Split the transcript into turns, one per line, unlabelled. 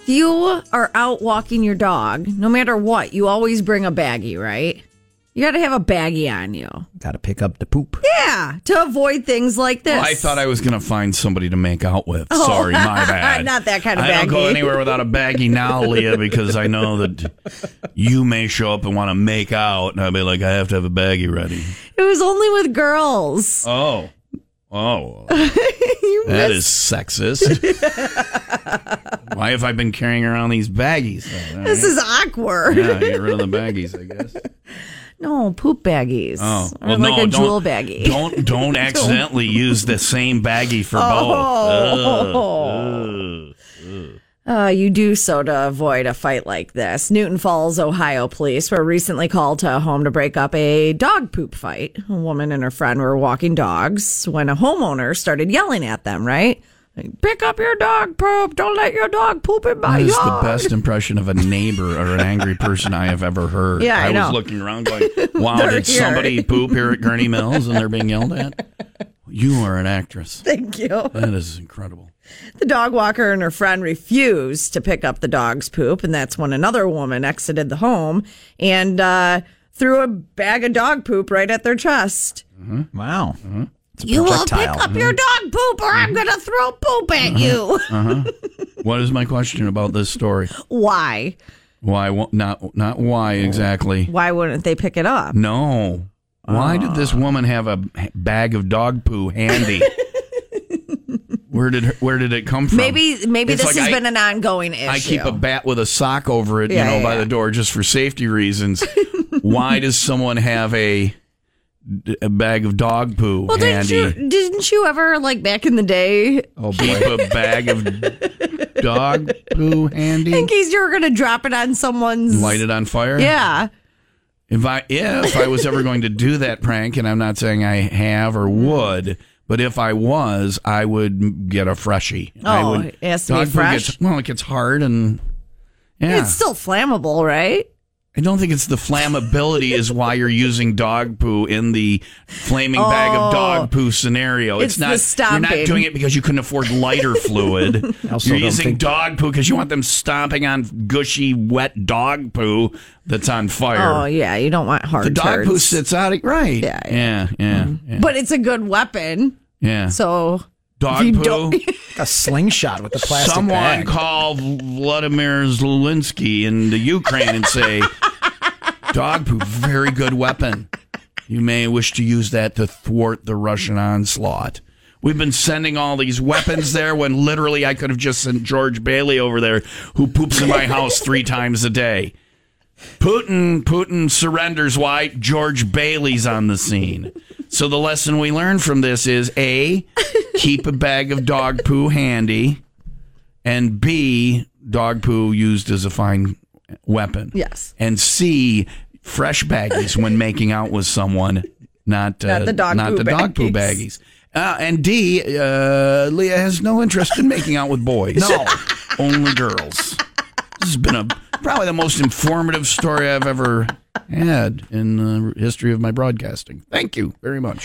if you are out walking your dog, no matter what, you always bring a baggie, right? You got to have a baggie on you.
Got to pick up the poop.
Yeah, to avoid things like this.
Well, I thought I was going to find somebody to make out with. Sorry, my bad.
Oh, Not that kind of
I don't go
baggie.
anywhere without a baggie now, Leah, because I know that you may show up and want to make out, and I'll be like, I have to have a baggie ready.
It was only with girls.
Oh. Oh. that is sexist. Why have I been carrying around these baggies? then? All
This
right.
is awkward.
yeah, get rid of the baggies, I guess.
No, poop baggies.
Oh,
or like a jewel baggie.
Don't don't accidentally use the same baggie for
Oh.
both. Ugh.
Uh, you do so to avoid a fight like this. Newton Falls, Ohio police were recently called to a home to break up a dog poop fight. A woman and her friend were walking dogs when a homeowner started yelling at them, right? Like, Pick up your dog poop. Don't let your dog poop in my
That is the
yard.
best impression of a neighbor or an angry person I have ever heard.
Yeah, I know.
was looking around going, "Wow,
They're
did
here.
somebody poop here at Gurney Mills?" And they're being yelled at. You are an actress.
Thank you.
That is incredible.
The dog walker and her friend refused to pick up the dog's poop, and that's when another woman exited the home and uh, threw a bag of dog poop right at their chest.
Wow. It's a
You will pick
projectile.
up your
Mm-hmm.
dog poop, or I'm gonna throw poop at you.
What is my question about this story?
Why?
Why? won't- Not not why exactly.
Why wouldn't they pick it up?
No. Why did this woman have a bag of dog poo handy? where did her, where did it come from?
Maybe maybe
It's
this
like
has
I-
been an ongoing issue.
I keep a bat with a sock over it,
Yeah,
you know,
yeah,
by
yeah.
the door just for safety reasons. Why does someone have a, a bag of dog poo
well, didn't
handy?
you didn't you ever like back in the day?
Oh
Keep
boy.
a bag of dog poo handy.
In case you were gonna drop it on someone's
Mm. Light it on fire.
Yeah.
If I if I was ever going to do that prank, and I'm not saying I have or would, but if I was, I would get a freshie. I
Oh,
would,
it has to be
dog food
fresh?
Gets, well, it gets hard, and yeah,
It's still flammable, right?
I don't think it's the flammability is why you're using dog poo in the flaming bag of dog poo scenario. It's,
Oh. It's the
not you're
stomping.
not doing it because you couldn't afford lighter fluid.
also
you're
don't
using
think-
dog poo because you want them stomping on gushy wet dog poo that's on fire.
Oh yeah, you don't want hard
The dog
turds.
poo sits out it right.
Yeah,
yeah, yeah, yeah.
But it's a good weapon.
yeah.
So
dog
you
poo.
don't-
a slingshot with a plastic
Someone
bag.
call Vladimir Zelensky in the Ukraine and say, "Dog poo, very good weapon. You may wish to use that to thwart the Russian onslaught." We've been sending all these weapons there when literally I could have just sent George Bailey over there, who poops in my house three times a day. Putin, Putin surrenders white. George Bailey's on the scene. So the lesson we learn from this is A, keep a bag of dog poo handy, and B, dog poo used as a fine weapon.
Yes.
And C, fresh baggies when making out with someone, not, uh,
Not the dog
not
poo
the dog poo
baggies.
baggies. Uh, and D, uh, Leah has no interest in making out with boys. No, only girls. This has been a probably the most informative story I've ever had in the history of my broadcasting. Thank you very much.